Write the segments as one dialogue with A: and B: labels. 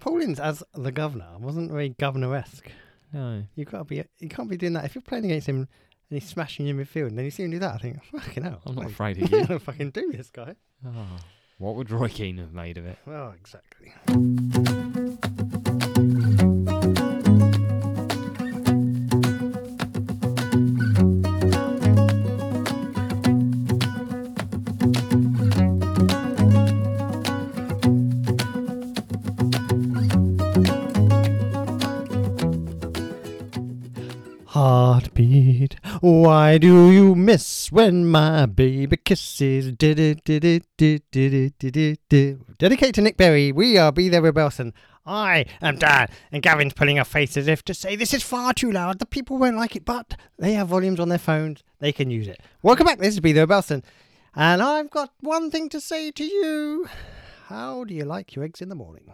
A: Collins as the governor wasn't very governor esque.
B: No.
A: You gotta be you can't be doing that. If you're playing against him and he's smashing you in midfield and then you see him do that, I think, fucking hell.
B: I'm not
A: like,
B: afraid of
A: I'm
B: you.
A: gonna fucking do this guy.
B: Oh, what would Roy Keane have made of it?
A: Well, exactly. Heartbeat, why do you miss when my baby kisses? Did it, did it, did did it, did it, did. Dedicated to Nick Berry, we are Be There Rebelson. I am Dan, and Gavin's pulling her face as if to say, This is far too loud, the people won't like it, but they have volumes on their phones, they can use it. Welcome back, this is Be There Rebelson, and I've got one thing to say to you. How do you like your eggs in the morning?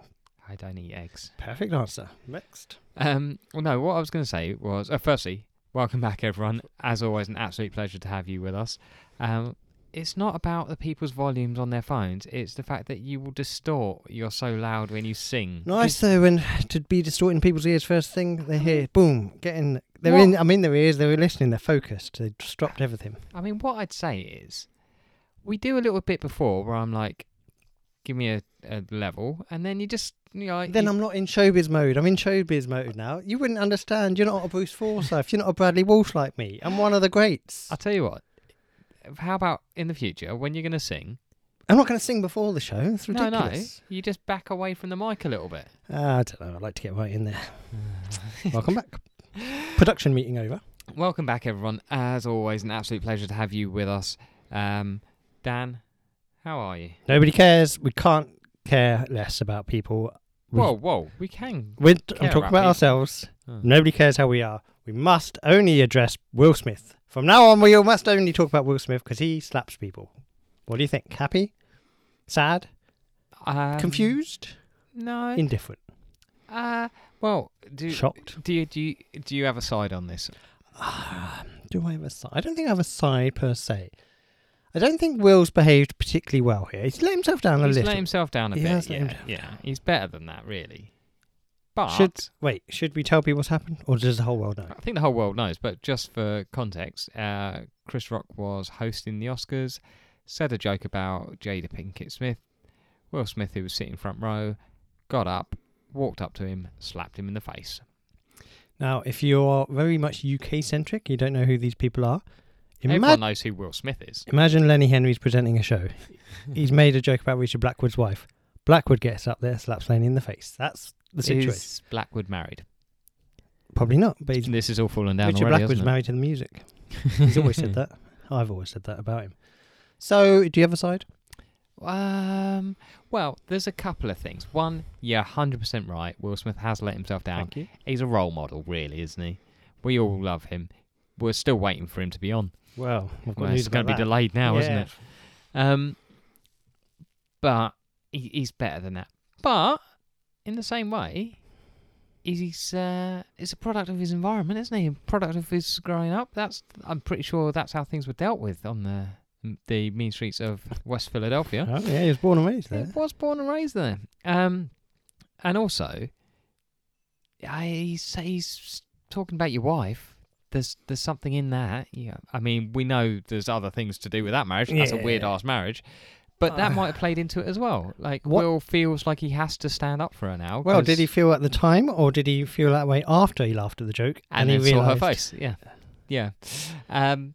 B: I don't eat eggs.
A: Perfect answer. Next.
B: Um, well, no, what I was going to say was, uh, firstly, welcome back, everyone. As always, an absolute pleasure to have you with us. Um, it's not about the people's volumes on their phones. It's the fact that you will distort. You're so loud when you sing.
A: Nice though, and to be distorting people's ears first thing they hear, boom, getting they're
B: Mm-hmm. What?
A: in. I'm in their ears. They're listening. They're focused. They just dropped everything.
B: I mean, what I'd say is, we do a little bit before where I'm like, give me a, a level, and then you just, you know, like,
A: Then
B: you-
A: I'm not in showbiz mode. I'm in showbiz mode now. You wouldn't understand. You're not a Bruce Forsyth. You're not a Bradley Walsh like me. I'm one of the greats.
B: I'll tell you what. How about in the future when you're going to sing?
A: I'm not going to sing before the show. It's
B: No, no,
A: ridiculous.
B: you just back away from the mic a little bit.
A: Uh, I don't know. I'd like to get right in there. Welcome back. Production meeting over.
B: Welcome back, everyone. As always, an absolute pleasure to have you with us. Um, Dan, how are you?
A: Nobody cares. We can't care less about people. We-
B: Whoa, whoa, we can.
A: We're,
B: care
A: I'm talking
B: about
A: about
B: people.
A: ourselves.
B: Oh.
A: Nobody cares how we are. We must only address Will Smith. From now on, we must only talk about Will Smith because he slaps people. What do you think? Happy? Sad?
B: Um,
A: Confused?
B: No.
A: Indifferent?
B: uh, well, do
A: Shocked?
B: do you, do you do you have a side on this?
A: Do I have a side? I don't think I have a side per se. I don't think Will's behaved particularly well here. He's let himself down a
B: he's
A: little.
B: let himself down a
A: He
B: bit.
A: has let
B: yeah,
A: himself
B: yeah, he's better than that, really. But
A: Should- Wait, should we tell people what's happened, or does the whole world know?
B: I think the whole world knows, but just for context, uh, Chris Rock was hosting the Oscars, said a joke about Jada Pinkett Smith. Will Smith, who was sitting front row, got up, walked up to him, slapped him in the face.
A: Now, if you're very much UK centric, you don't know who these people are.
B: Everyone knows who Will Smith is.
A: Imagine Lenny Henry's presenting a show. He's made a joke about Richard Blackwood's wife. Blackwood gets up there, slaps Lenny in the face. That's the situation.
B: Is Blackwood married?
A: Probably not, but he's,
B: This is all falling down
A: Richard
B: already,
A: Blackwood's
B: isn't it?
A: married to the music. He's always said that. I've always said that about him. So, do you have a side?
B: Um, well, there's a couple of things. One, you're 100% right. Will Smith has let himself down.
A: you.
B: He's a role model, really, isn't he? We all love him. We're still waiting for him to be on.
A: Well, I've got
B: Well,
A: news
B: Oh, it's going to be
A: about that.
B: delayed now, isn't
A: Yeah.
B: it? Um, but he, he's better than that. But in the same way, he's- he's uh, it's a product of his environment, isn't he? A product of his growing up. That's I'm pretty sure that's how things were dealt with on the the mean streets of West Philadelphia.
A: Oh, yeah, he was born and raised
B: He
A: there.
B: was born and raised there. Um, and also, I, he's, he's talking about your wife. There's there's something in that. Yeah, I mean, we know there's other things to do with that marriage. That's a
A: Yeah.
B: weird ass marriage. But that
A: Uh,
B: might have played into it as well. Like
A: what-
B: Will feels like he has to stand up for her now.
A: Well,
B: 'cause-
A: did he feel at the time, or did he feel that way after he laughed at the joke
B: And,
A: he
B: then saw her
A: realised
B: face. Yeah, yeah, um,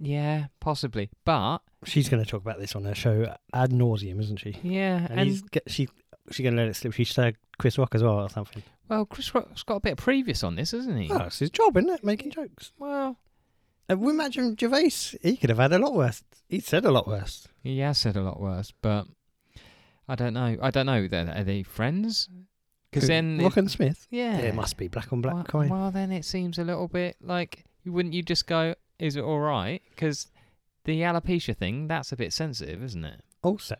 B: yeah, possibly. But
A: She's going to talk about this on her show ad nauseum, isn't she?
B: yeah,
A: And, he's get, she she's going to let it slip. She said Chris Rock as well or something.
B: well, Chris Rock's got a bit of previous on this, isn't he?
A: Oh, it's his job, isn't it? Making jokes.
B: Well,
A: And we Uh, imagine Gervais. He could have had a lot worse. He said a lot worse.
B: He has said a lot worse, but I don't know. I don't know. Then are they friends? Because
A: Who-
B: then, it-
A: Rock and Smith.
B: yeah,
A: Yeah, it must be black on black
B: well,
A: coin.
B: Well, then it seems a little bit like wouldn't you just go, "Is it all right?" Because the alopecia thing—that's a bit sensitive, isn't it?
A: Also,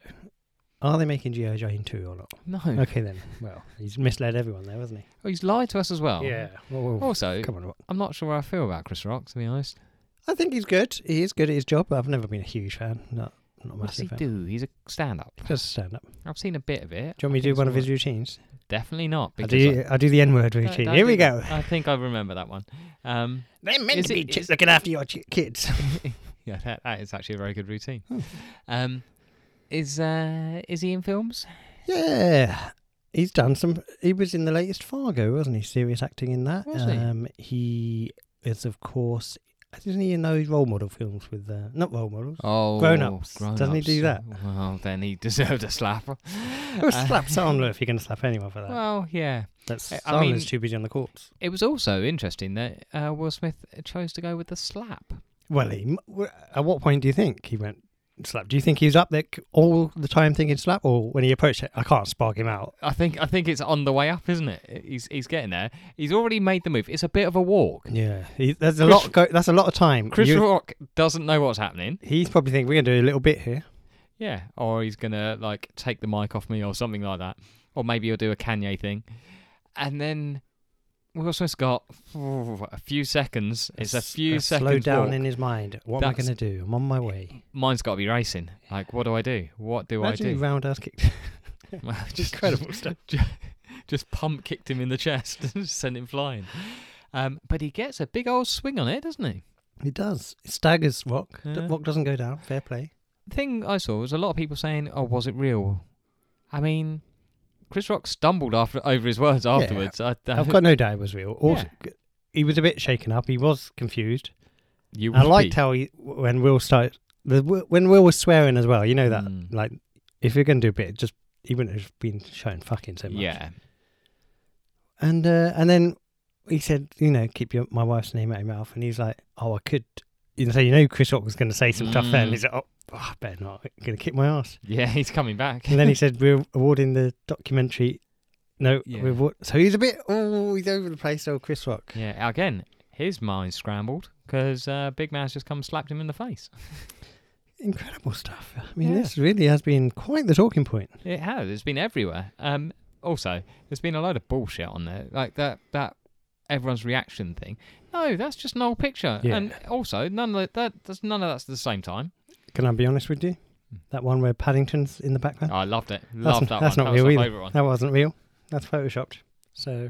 A: are they making GI Jane two or not?
B: No.
A: Okay then. Well, he's misled everyone there, hasn't he?
B: Oh, he's lied to us as well.
A: Well, well,
B: Also,
A: come on. Rock.
B: I'm not sure how I feel about Chris Rock, to be honest.
A: I think he's good. He is good at his job. But I've never been a huge fan. Not not a
B: What does he
A: massive fan.
B: do? He's a stand-up.
A: Just stand up.
B: I've seen a bit of it.
A: Do you want me to do one of his routines?
B: Definitely not.
A: I
B: Because
A: do, I do the N word
B: I- don't-
A: routine.
B: don't
A: Here we
B: do
A: go.
B: that. I think I remember that one. Um,
A: They're meant
B: Is
A: to
B: it-
A: be chicks
B: is-
A: looking after your ch- kids.
B: yeah, that, that is actually a very good routine. Um, is uh, is he in films?
A: Yeah. He's done some. He was in the latest Fargo, wasn't he? Serious acting in that.
B: Was he?
A: um, he? is, of course, isn't he in those role model films with uh, not role models?
B: Oh,
A: Grown-ups. Doesn't he do
B: grown-ups. Well, then he deserved a slap.
A: Oh,
B: Uh,
A: slap Sandler if you're going to slap anyone for that.
B: Well, yeah.
A: That's
B: I-
A: Sandler's
B: I mean-
A: too busy on the courts.
B: It was also interesting that uh, Will Smith chose to go with the slap.
A: Well, he, m- w- at what point do you think he went slap? Do you think he was up there c- all the time thinking slap, or when he approached it, I can't spark him out?
B: I think I think it's on the way up, isn't it? He's he's getting there. He's already made the move. It's a bit of a walk.
A: Yeah, he, there's a
B: Chris-
A: lot. Go, that's a lot of time.
B: Chris
A: You-
B: Rock doesn't know what's happening.
A: he's probably thinking we're going to do a little bit here.
B: Yeah, or he's gonna like take the mic off me or something like that, or maybe he'll do a Kanye thing, and then Will Smith's got oh, a few seconds. It's a
A: S-
B: few seconds.
A: Slow down
B: walk.
A: in his mind. What am I
B: That's-
A: going to do? I'm on my way.
B: Mine's got to be racing. Like, what do I do? What do
A: Imagine
B: I
A: he
B: do?
A: roundhouse kicked.
B: Well,
A: Incredible stuff.
B: ju- Just pump kicked him in the chest and sent him flying. Um, but he gets a big old swing on it, doesn't he?
A: He does. It staggers Rock. D-
B: Yeah.
A: Rock doesn't go down. Fair play.
B: thing I saw was a lot of people saying, "Oh, was it real?" I mean, Chris Rock stumbled after over his words afterwards. I, I,
A: I've got no doubt it was real. Also,
B: Yeah.
A: g- he was a bit shaken up. He was confused.
B: you
A: I
B: would
A: liked
B: be.
A: how he when Will started the, when Will was swearing as well. You know that
B: Mm.
A: like if you're going to do a bit, just he wouldn't have been shouting fucking so much.
B: Yeah,
A: And uh, and then he said, you know, keep your my wife's name out of your mouth. And he's like, oh, I could. You know, so you know Chris Rock was going to say some stuff then.
B: Mm.
A: He's like, oh, oh, I better not. I'm going to kick my ass.
B: yeah, he's coming back.
A: And then he said, we're awarding the documentary. No,
B: Yeah.
A: we're award- so he's a bit. Oh, he's over the place. Oh, Chris Rock.
B: yeah, again, his mind scrambled because uh, Big Man's just come and slapped him in the face.
A: Incredible stuff. I mean,
B: Yeah.
A: this really has been quite the talking point.
B: It has. It's been everywhere. Um, also, there's been a load of bullshit on there, like that that everyone's reaction thing. No, that's just an old picture.
A: Yeah.
B: And also, none of the- that that's none of that's at the same time.
A: Can I be honest with you?
B: Hmm.
A: That one where Paddington's in the background?
B: I loved it. Loved that
A: that's
B: one.
A: not
B: that was
A: real
B: my
A: either.
B: favourite one.
A: That wasn't real. That's photoshopped. So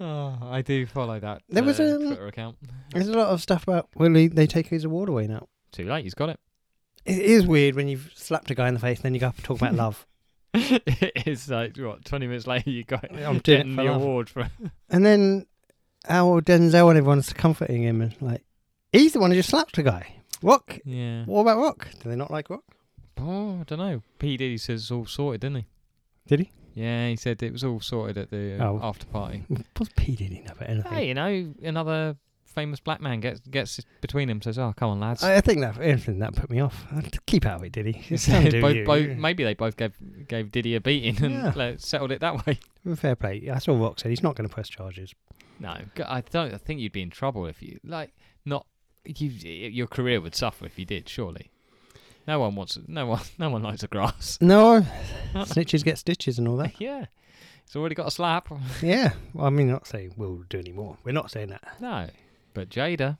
B: Oh, I do follow that.
A: There was,
B: uh,
A: um,
B: Twitter account.
A: there's a lot of stuff about Willie. They take his award away now.
B: Too late, he's got it.
A: It is weird when you've slapped a guy in the face, and then you go up and talk about love,
B: it's like what twenty minutes later you got
A: Yeah, I'm doing it
B: getting
A: for
B: the
A: love.
B: award for.
A: and then our Denzel and everyone's comforting him, and like he's the one who just slapped the guy. Rock.
B: Yeah.
A: What about Rock? Do they not like Rock?
B: Oh, I don't know. P Diddy says it's all sorted, didn't he?
A: Did he?
B: Yeah, he said it was all sorted at the uh,
A: Oh.
B: after party.
A: Was P Diddy know about anything?
B: Hey, you know, another famous black man gets gets between them. Says, "Oh, come on, lads."
A: I I think that anything that put me off. I'd keep out of it, did he?
B: Both-
A: Undo
B: both,
A: you.
B: both- maybe they both gave gave Diddy a beating and
A: Yeah.
B: like, settled it that way.
A: Fair play. That's all Rock said. He's not going to press charges.
B: No, g- I don't. I think you'd be in trouble if you like not. You, y- your career would suffer if you did. Surely, no one wants. No one. No one likes a grass.
A: No, snitches get stitches and all that.
B: yeah, it's already got a slap.
A: Yeah, well, I mean, not saying we'll do any more. We're not saying that.
B: no, but Jada.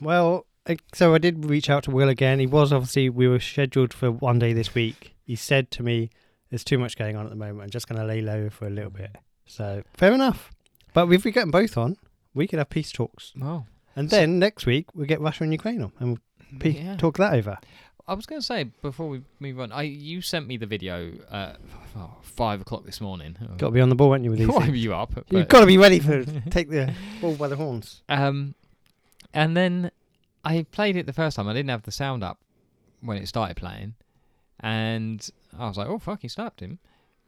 A: Well, I- so I did reach out to Will again. He was obviously we were scheduled for one day this week. He said to me, "There's too much going on at the moment. I'm just going to lay low for a little bit." So fair enough. But if we get them both on, we could have peace talks,
B: Well,
A: and then next week we get Russia and Ukraine on, and we'll pe-
B: Mm, yeah.
A: talk that over.
B: I was going to say before we move on. I you sent me the video at oh, five o'clock this morning.
A: Got to be on the ball, weren't you? With these,
B: Why were
A: things?
B: you up?
A: you've
B: But-
A: got to be ready for take the ball by the horns.
B: Um, and then I played it the first time. I didn't have the sound up when it started playing, and I was like, "Oh fuck, he slapped him!"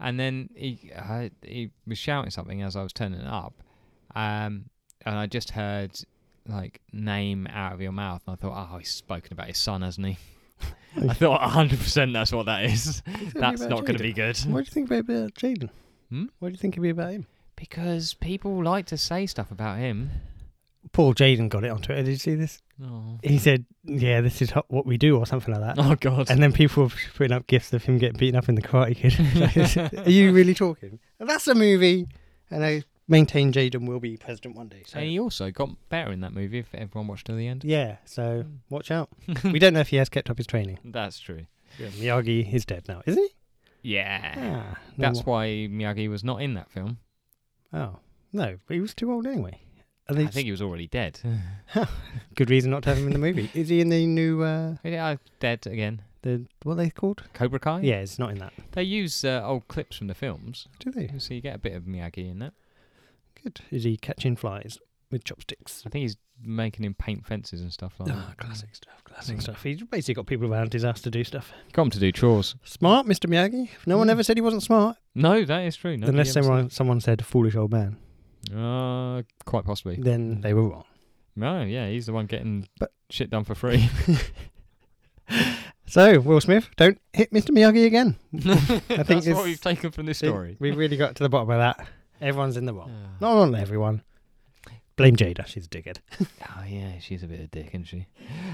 B: And then he I, he was shouting something as I was turning it up, um, and I just heard like name out of your mouth, and I thought, "Oh, he's spoken about his son, hasn't he?" I thought 100% that's what that is. That's not going to be good.
A: What do you think about uh, Jaden?
B: Hmm?
A: What do you think it'd be about him?
B: Because people like to say stuff about him.
A: Paul Jaden got it on Twitter. Did you see this?
B: Oh,
A: He said, "Yeah, this is ho- what we do," or something like that.
B: oh God.
A: And then people were putting up gifs of him getting beaten up in the Karate Kid. Are you really talking? And that's a movie. And I maintain Jaden will be president one day. So
B: And he also got better in that movie if everyone watched till the end.
A: yeah,
B: Hmm.
A: so watch out. we don't know if he has kept up his training.
B: That's true.
A: Miyagi is dead now, isn't he?
B: Yeah.
A: Ah, no
B: That's
A: more-
B: why Miyagi was not in that film.
A: Oh no, but he was too old anyway. Are
B: I
A: they-
B: think he was already dead.
A: good reason not to have him in the movie. Is he in the new uh
B: yeah, I'm dead again.
A: the what are they called?
B: Cobra Kai?
A: Yeah, it's not in that.
B: They use uh, old clips from the films,
A: Do they?
B: so you get a bit of Miyagi in that.
A: Good. Is he catching flies with chopsticks?
B: I think he's making him paint fences and stuff like
A: Ah,
B: that.
A: classic stuff. Classic stuff. He's basically got people around his ass to do stuff.
B: Got him to do chores.
A: Smart, Mr. Miyagi. No one
B: Mm.
A: ever said he wasn't smart,
B: No, that is true. Nobody
A: unless
B: ever
A: someone someone said foolish old man.
B: said- Uh, quite possibly.
A: Then they were wrong.
B: No, yeah, he's the one getting
A: But-
B: shit done for free.
A: So Will Smith, don't hit Mr. Miyagi again.
B: I
A: think
B: That's
A: it's-
B: what we've taken from this
A: See,
B: story.
A: We really got to the bottom of that. Everyone's in the wrong.
B: Ah.
A: Not on everyone. Blame Jada. She's a dickhead.
B: Oh yeah, she's a bit of a dick, isn't she?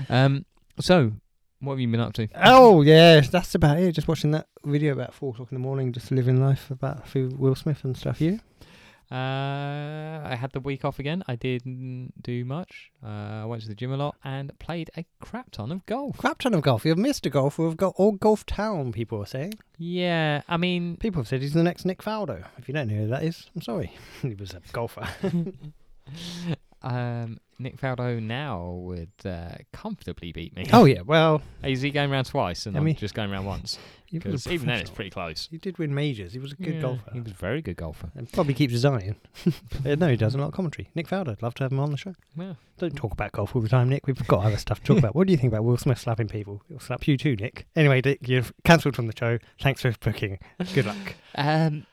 B: Um, so what have you been up to?
A: Oh yes, that's about it. Just watching that video about four o'clock in the morning, just living life about through Will Smith and stuff. You?
B: Uh, I had the week off again. I didn't do much. Uh, I went to the gym a lot and played a crap ton of golf.
A: Crap ton of golf. You've missed a golf. We've got all golf town. People are saying.
B: Yeah, I mean,
A: People have said he's the next Nick Faldo. If you don't know who that is, I'm sorry. he was a golfer.
B: um, Nick Faldo now would uh, comfortably beat me.
A: oh yeah. Well,
B: is he going round twice and
A: I
B: I am
A: mean-
B: just going round once?
A: he was
B: Because
A: a
B: even then, it's
A: professional.
B: pretty close.
A: He did win majors. He was a good
B: Yeah,
A: golfer.
B: He was a very good golfer.
A: And probably keeps his eye in. Uh, no, he does a lot of commentary. Nick Faldo. Love to have him on the show.
B: Yeah.
A: Don't talk about golf all the time, Nick. We've got other stuff to talk about. What do you think about Will Smith slapping people? He'll slap you too, Nick. Anyway, Dick, you've cancelled from the show. Thanks for booking. Good luck.
B: Um,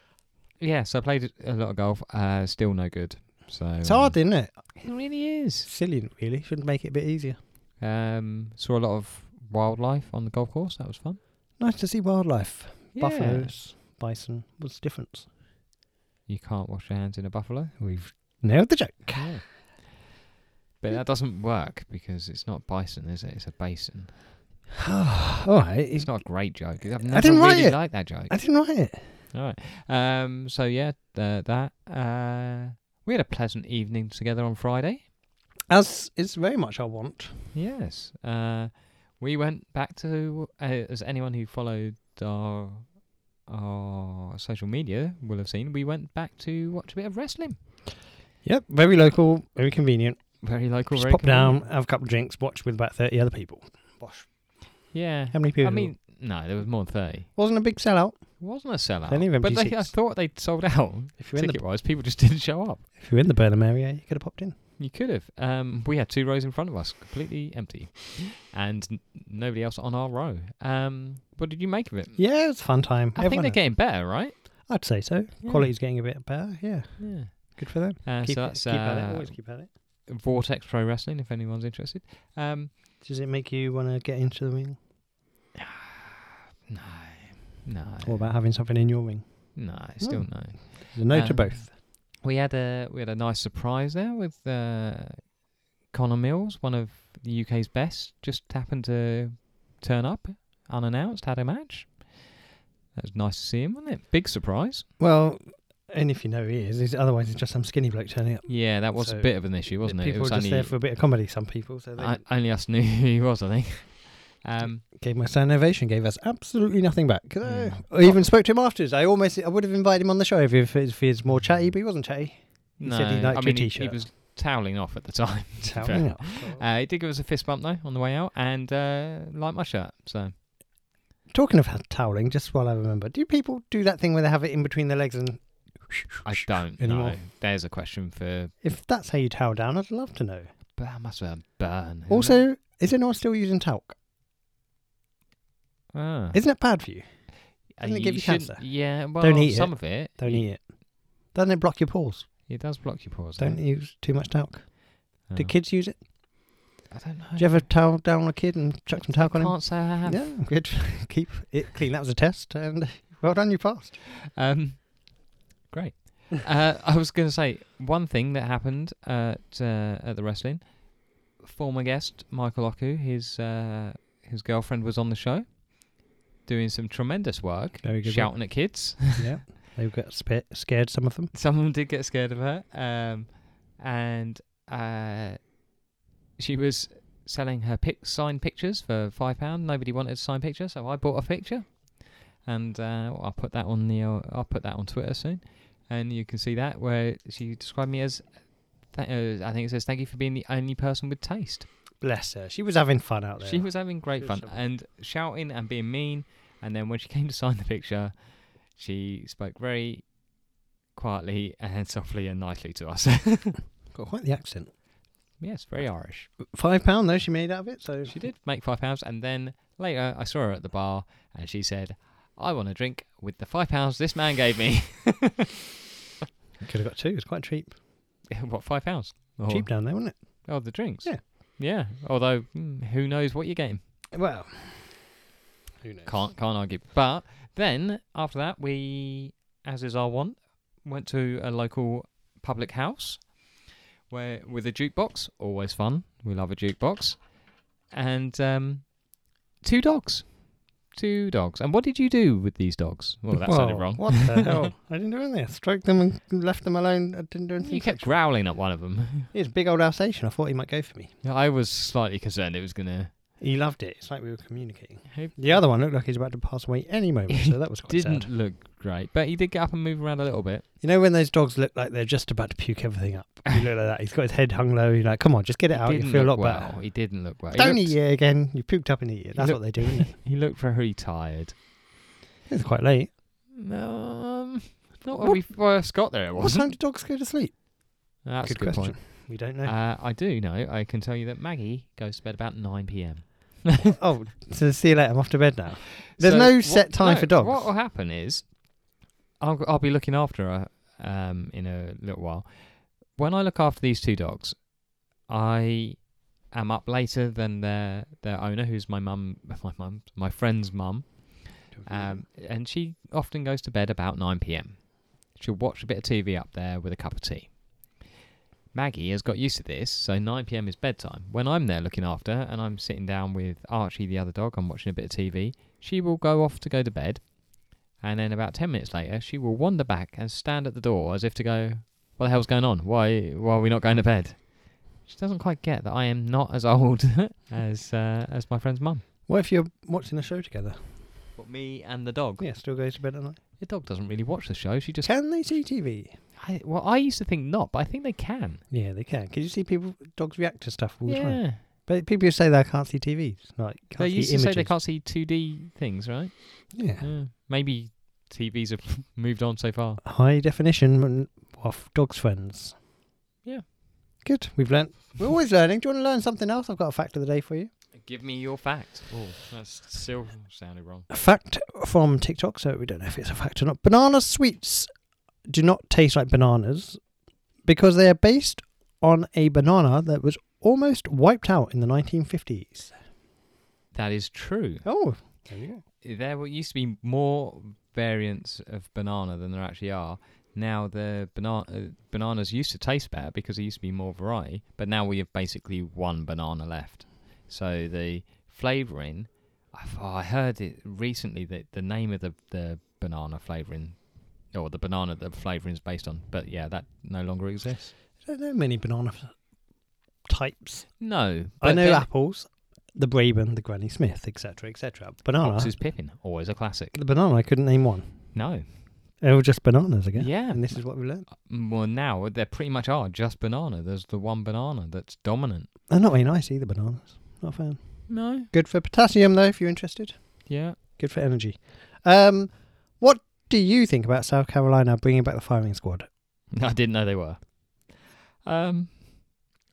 B: yeah, so I played a lot of golf. Uh, still no good. So
A: It's hard,
B: um,
A: isn't it?
B: It really is.
A: Silly, really. Shouldn't make it a bit easier.
B: Um, saw a lot of wildlife on the golf course. That was fun.
A: Nice to see wildlife.
B: Yeah.
A: Buffaloes, bison. What's the difference?
B: You can't wash your hands in a buffalo. We've.
A: Nailed the joke.
B: Yeah. But that doesn't work because it's not bison, is it? It's a basin.
A: All right.
B: It's not a great joke. I've never
A: didn't write
B: really
A: it.
B: liked that joke.
A: I didn't write it.
B: All right. Um, so yeah, th- that. Uh, we had a pleasant evening together on Friday.
A: As is very much I want.
B: Yes. Uh, we went back to, uh, as anyone who followed our, our social media will have seen, we went back to watch a bit of wrestling.
A: Yep. Very local, very convenient.
B: Very local,
A: Just
B: very
A: pop
B: convenient.
A: down, have a couple of drinks, watch with about 30 other people. Bosh.
B: Yeah.
A: How many people?
B: I mean, no, there was more than 30. It
A: wasn't a big sellout.
B: wasn't a sellout.
A: Then even
B: but they, I
A: B6.
B: thought they'd sold out
A: If you're in the
B: ticket wise. People just didn't show up.
A: If you're in the Burnham area, you could have popped in.
B: You could have. Um, we had two rows in front of us, completely empty, and n- nobody else on our row. Um, what did you make of it?
A: Yeah, it was a fun time.
B: I think
A: Everyone-
B: they're getting better, right?
A: I'd say so.
B: Yeah.
A: Quality's getting a bit better. Yeah,
B: Yeah.
A: good for them.
B: Uh,
A: keep
B: so that's
A: keep at it.
B: uh,
A: Always keep at it.
B: Vortex Pro Wrestling, if anyone's interested. Um,
A: Does it make you want to get into the ring?
B: no, no,
A: Or about having something in your ring?
B: no, still no.
A: There's a no to
B: Um,
A: both.
B: Hmm. We had a we had a nice surprise there with uh, Connor Mills, one of the UK's best, just happened to turn up unannounced, had a match. That was nice to see him, wasn't it? Big surprise.
A: Well, and if you know who he is, is otherwise it's just some skinny bloke turning up.
B: Yeah, that was
A: So,
B: a bit of an issue, wasn't it?
A: People
B: it was
A: are just
B: only
A: there for a bit of comedy. Some people, so they
B: I, only us knew who he was, I think. Um,
A: gave him a standing ovation. Gave us absolutely nothing back. Uh,
B: Mm.
A: I even spoke to him afterwards. I almost, I would have invited him on the show if, if, if he was more chatty, but he wasn't chatty. He
B: no,
A: said he liked your
B: I mean he- he
A: t-shirt.
B: was toweling off at the time. to be fair.
A: Toweling up.
B: Uh, he did give us a fist bump though on the way out, and uh, like my shirt. So
A: Talking of toweling, just while I remember, do people do that thing where they have it in between their legs and
B: I don't
A: Anymore.
B: know. There's a question for,
A: If that's how you towel down, I'd love to know.
B: but I must have burn. isn't it?
A: Also, is anyone still using talc?
B: ah.
A: Isn't it bad for you?
B: Uh,
A: doesn't it give you
B: shouldn't-
A: cancer?
B: Yeah, well,
A: eat it.
B: some of it.
A: Don't eat it. Doesn't it block your pores?
B: It does block your pores.
A: Don't use too much talc.
B: Oh.
A: Do kids use it?
B: I don't know.
A: Do you ever towel down a kid and chuck some talc on him?
B: Oh. Can't say I have.
A: Yeah, good. Keep it clean. That was a test, and well done, you passed.
B: Um, great. uh, I was going to say one thing that happened at uh, at the wrestling. Former guest Michael Oku, his uh, his girlfriend was on the show, doing some tremendous work,
A: Very good work.
B: shouting at kids.
A: yeah, they got spa- scared. Some of them.
B: Some of them did get scared of her, um, and uh, she was selling her pic- signed pictures for five pound. Nobody wanted a signed picture, so I bought a picture. and uh, I'll put that on the uh, I'll put that on Twitter soon, and you can see that where she described me as. Th- uh, I think it says thank you for being the only person with taste.
A: Bless her. She was having fun out there.
B: She was having great
A: She was
B: fun
A: having-
B: and shouting and being mean. And then when she came to sign the picture, she spoke very quietly and softly and nicely to us.
A: got quite the accent.
B: yes, very Irish.
A: Five pound though she made out of it. So
B: She did make five pounds, and then later I saw her at the bar, and she said, "I want a drink with the five pounds this man gave me."
A: could have got two. It was quite cheap.
B: what five pounds? Or-
A: Cheap down there, wasn't
B: Oh, the drinks.
A: Yeah.
B: Yeah. Although, mm, who knows what you're getting?
A: it? Well, who knows?
B: Can't can't argue. But then after that, we, as is our want, went to a local public house, where with a jukebox. Always fun. We love a jukebox, and um, two dogs, two dogs. And what did you do with these dogs? Well, that sounded
A: Well,
B: wrong.
A: What the hell? I didn't do anything. I stroked them and left them alone. I didn't do anything.
B: You kept growling at one of them.
A: He was a big old Alsatian. I thought he might go for me.
B: I was slightly concerned it was gonna.
A: He loved it. It's like we were communicating.
B: He
A: The other one looked like he's about to pass away any moment, so that was quite
B: didn't
A: sad.
B: look great, but he did get up and move around a little bit.
A: You know when those dogs look like they're just about to puke everything up? You look like that. He's got his head hung low. You're like, come on, just get it out. You
B: didn't
A: feel a lot
B: look well.
A: better.
B: He didn't look well. He
A: Don't
B: looked-
A: eat it again. You puked up in the ear. That's
B: look-
A: what they do, isn't it?
B: He looked very tired.
A: It's quite late.
B: Um, not when
A: What-
B: we first got there, it
A: What time
B: wasn't.
A: do dogs go to sleep?
B: That's a good
A: question.
B: point.
A: We don't know.
B: Uh, I do know. I can tell you that Maggie goes to bed about nine p.m.
A: oh, so see you later. I'm off to bed now. There's
B: So
A: no
B: what-
A: set time
B: no,
A: for dogs.
B: What will happen is, I'll I'll be looking after her um, in a little while. When I look after these two dogs, I am up later than their their owner, who's my mum, my mum, my friend's mum. Um, and she often goes to bed about 9 pm. She'll watch a bit of TV up there with a cup of tea. Maggie has got used to this, so 9 pm is bedtime. When I'm there looking after her and I'm sitting down with Archie, the other dog, I'm watching a bit of TV, she will go off to go to bed. And then about 10 minutes later, she will wander back and stand at the door as if to go, What the hell's going on? Why, why are we not going to bed? She doesn't quite get that I am not as old as uh, as my friend's mum.
A: what if you're watching a show together?
B: But me and the dog.
A: Yeah, still goes to bed at night.
B: The dog doesn't really watch the show. She just
A: Can they see TV?
B: I, well, I used to think not, but I think they can.
A: Yeah, they can. Because you see people, dogs react to stuff all the time.
B: yeah,
A: But people who say they can't see TVs, like can't
B: they
A: see
B: used to
A: images.
B: say they can't see two D things, right?
A: Yeah.
B: Yeah. Maybe TVs have moved on so far.
A: High definition and off dogs friends.
B: Yeah.
A: Good. We've learnt. We're always learning. Do you want to learn something else? I've got a fact of the day for you.
B: Give me your fact. Oh, that's still sounded wrong.
A: A fact from TikTok. So we don't know if it's a fact or not. Banana sweets do not taste like bananas because they are based on a banana that was almost wiped out in the 1950s.
B: That is true.
A: Oh. There you go.
B: There were- used to be more variants of banana than there actually are. Now the banana bananas used to taste better because there used to be more variety, but now we have basically one banana left. So the flavouring, I've- I heard it recently that the name of the, the banana flavouring, or the banana that flavouring is based on, but yeah, that no longer exists.
A: I don't know many banana f- types.
B: No,
A: I
B: but
A: know
B: then
A: apples, the Braben, the Granny Smith, etc., etc. Banana.
B: Ox's Pippin, always a classic.
A: The banana, I couldn't name one.
B: No,
A: They were just bananas
B: yeah.
A: again. And this is what we learned.
B: Well, now they pretty much are just banana. There's the one banana that's dominant.
A: They're not very nice either, bananas. Not a fan.
B: No.
A: Good for potassium, though, if you're interested.
B: Yeah.
A: Good for energy. Um, what do you think about South Carolina bringing back the firing squad?
B: I didn't know they were. Um,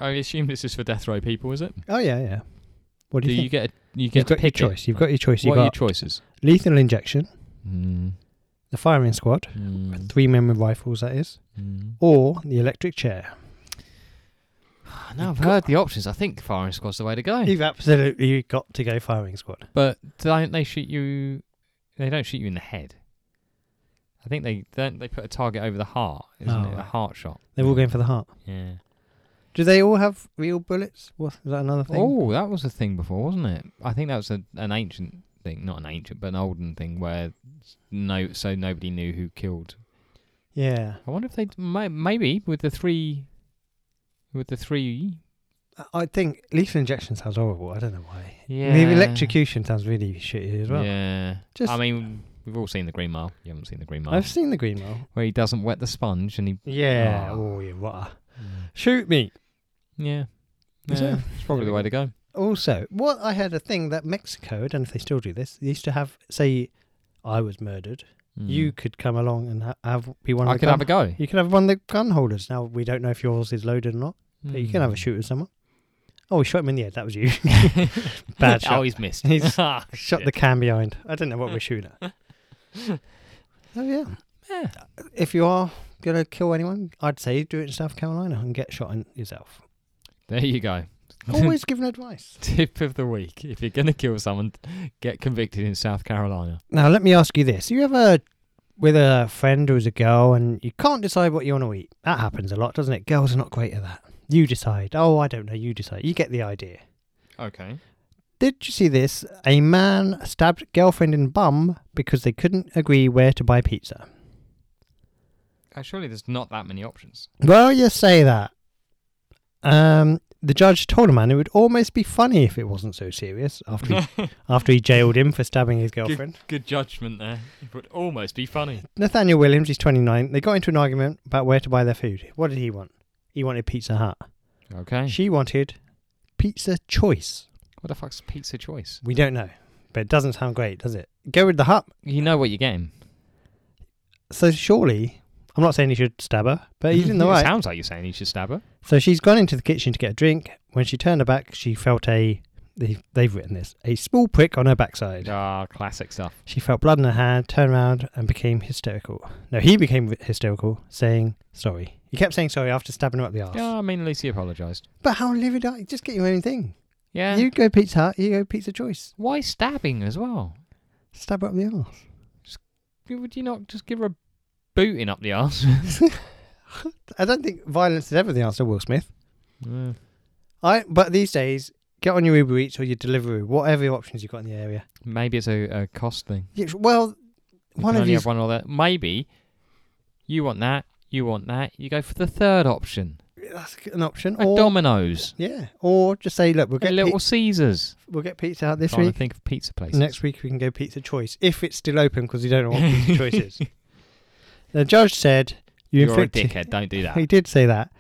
B: I assume this is for death row people, is it?
A: Oh, yeah, yeah. What do, you think?
B: get a, you
A: have
B: get to
A: got your
B: pick it?
A: choice. You've got your choice. You've
B: What are your
A: got
B: choices?
A: lethal injection,
B: Mm,
A: the firing squad,
B: mm,
A: three men with rifles, that is,
B: mm.
A: or the electric chair.
B: Now I've heard the options. I think firing squad's the way to go.
A: You've absolutely got to go firing squad.
B: But don't they shoot you? They don't shoot you in the head. I think they don't. They put a target over the heart, isn't
A: Oh,
B: it? A
A: right.
B: heart shot.
A: They're all going for the heart.
B: Yeah.
A: Do they all have real bullets? What, is that another thing?
B: Oh, that was a thing before, wasn't it? I think that was a, an ancient thing, not an ancient, but an olden thing where no, so nobody knew who killed.
A: Yeah.
B: I wonder if they may, maybe with the three, with the three.
A: I- I think lethal injection sounds horrible. I don't know why.
B: Yeah.
A: Maybe electrocution sounds really shitty as well.
B: Yeah.
A: Just-
B: I mean, We've all seen the Green Mile. You haven't seen the Green Mile,
A: I've seen the Green Mile.
B: where he doesn't wet the sponge and he.
A: Yeah.
B: Ah.
A: Oh, you what? a- Shoot me.
B: Yeah,
A: Is
B: yeah,
A: it?
B: it's probably the way to go.
A: Also, what I had a thing that Mexico, I don't know if they still do this, they used to have, say, I was murdered. You
B: Mm.
A: could come along and ha- have be one of
B: I
A: the
B: could
A: gun-
B: have a go.
A: You can have one of the gun holders. Now, we don't know if yours is loaded or not, but you can have a
B: Mm.
A: shoot at someone. Oh, we shot him in the head. That was you. Bad shot.
B: Oh, he's missed.
A: He's
B: Ah,
A: shot the
B: shit.
A: can behind. I don't know what we're shooting at. oh, yeah.
B: Yeah.
A: If you are going to kill anyone, I'd say do it in South Carolina and get shot in yourself.
B: There you go.
A: Always giving advice.
B: Tip of the week: If you're gonna kill someone, get convicted in South Carolina.
A: Now, let me ask you this. You ever with a friend who's a girl and you can't decide what you want to eat? That happens a lot, doesn't it? Girls are not great at that. You decide. Oh, I don't know. You decide. You get the idea.
B: Okay.
A: Did you see this? A man stabbed girlfriend in bum because they couldn't agree where to buy pizza.
B: Uh, surely there's not that many options.
A: Well, you say that. Um, the judge told a man it would almost be funny if it wasn't so serious after he, after he jailed him for stabbing his girlfriend.
B: Good judgment there. It would almost be funny.
A: Nathaniel Williams, he's 29. They got into an argument about where to buy their food. What did he want? He wanted Pizza Hut.
B: Okay.
A: She wanted Pizza Choice.
B: What the fuck's pizza choice?
A: We don't know, but it doesn't sound great, does it? Go with the hut.
B: You know what you're getting.
A: So surely, I'm not saying he should stab her, but he's in the
B: It
A: right.
B: Sounds like you're saying you should stab her.
A: So she's gone into the kitchen to get a drink. When she turned her back, she felt a they've, they've written this a small prick on her backside.
B: Ah, classic stuff.
A: She felt blood in her hand, turned around, and became hysterical. No, he became hysterical, saying sorry. He kept saying sorry after stabbing her up the arse.
B: Yeah, I mean, at least he apologised.
A: But how livid are you? Just get your own thing.
B: Yeah.
A: You go Pizza Hut, you go Pizza Choice.
B: Why stabbing as well?
A: Stab her up the arse.
B: Would you not just give her a booting up the arse?
A: I don't think violence is ever the answer, Will Smith. I but these days, get on your Uber Eats or your Deliveroo, whatever options you've got in the area.
B: Maybe it's a, a cost thing.
A: Yeah, well,
B: You
A: one
B: can
A: of
B: only
A: you.
B: have one or that. Maybe you want that. You want that. You go for the third option.
A: That's an option.
B: A
A: Or
B: Domino's.
A: yeah, or just say, look, we'll
B: A
A: get
B: Little
A: pi-
B: Caesars.
A: we'll get pizza out this
B: Trying
A: week.
B: to think of pizza places.
A: Next week we can go pizza choice if it's still open because you don't know what pizza choice is. The judge said you
B: You're a
A: inflicted.
B: dickhead. Don't do that.
A: He did say that,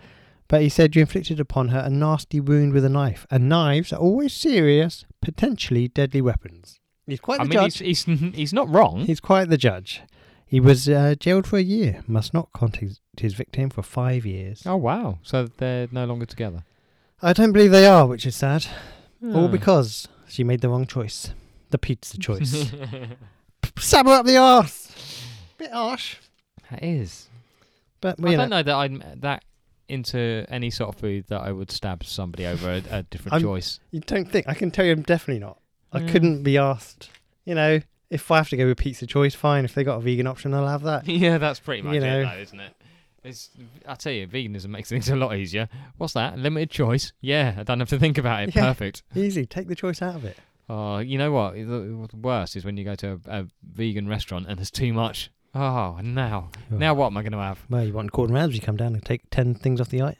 A: but he said you inflicted upon her a nasty wound with a knife, and knives are always serious, potentially deadly weapons. He's quite the
B: I mean,
A: judge.
B: he's, hmm? he's, he's not wrong.
A: He's quite the judge. He was uh, jailed for a year, must not contact his victim for five years.
B: Oh, wow. So they're no longer together.
A: I don't believe they are, which is sad. All
B: Oh.
A: because she made the wrong choice. The pizza choice. Stab her up the arse! Bit harsh.
B: that is.
A: But,
B: I
A: well, you know,
B: don't know that I'm that into any sort of food that I would stab somebody over a, a different
A: I'm-
B: choice.
A: you don't think. I can tell you I'm definitely not. I
B: Yeah.
A: couldn't be asked. You know, if I have to go with pizza choice, fine. If they got a vegan option, I'll have that.
B: yeah, that's pretty
A: You
B: much
A: know.
B: it, though, isn't it? It's, I tell you, veganism makes things a lot easier. What's that? Limited choice? Yeah, I don't have to think about it.
A: Yeah.
B: Perfect.
A: Easy. Take the choice out of it.
B: Oh, you know what? The what's worst is when you go to a, a vegan restaurant and there's too much. Oh, now, now what am I going to have?
A: Well, you want Gordon Ramsay to come down and take 10 things off the item.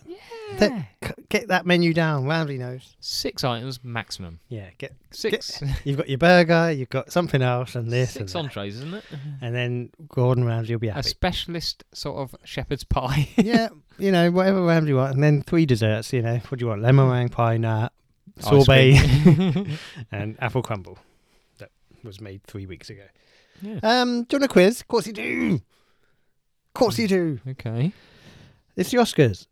B: Yeah.
A: C- Get that menu down. Ramsay knows.
B: Six items maximum.
A: Yeah, get
B: Six.
A: You've got your burger, you've got something else, and this.
B: six
A: and, that.
B: entrees, isn't it?
A: and then Gordon Ramsay will be
B: A
A: happy.
B: specialist sort of shepherd's pie.
A: yeah, you know, whatever Ramsay wants. And then three desserts, you know. What do you want? Lemon meringue pie, nut,
B: Ice
A: sorbet,
B: cream.
A: and apple crumble. That was made three weeks ago.
B: yeah.
A: Um, do you want a quiz? Of course you do. Of course you do.
B: Okay.
A: It's the Oscars.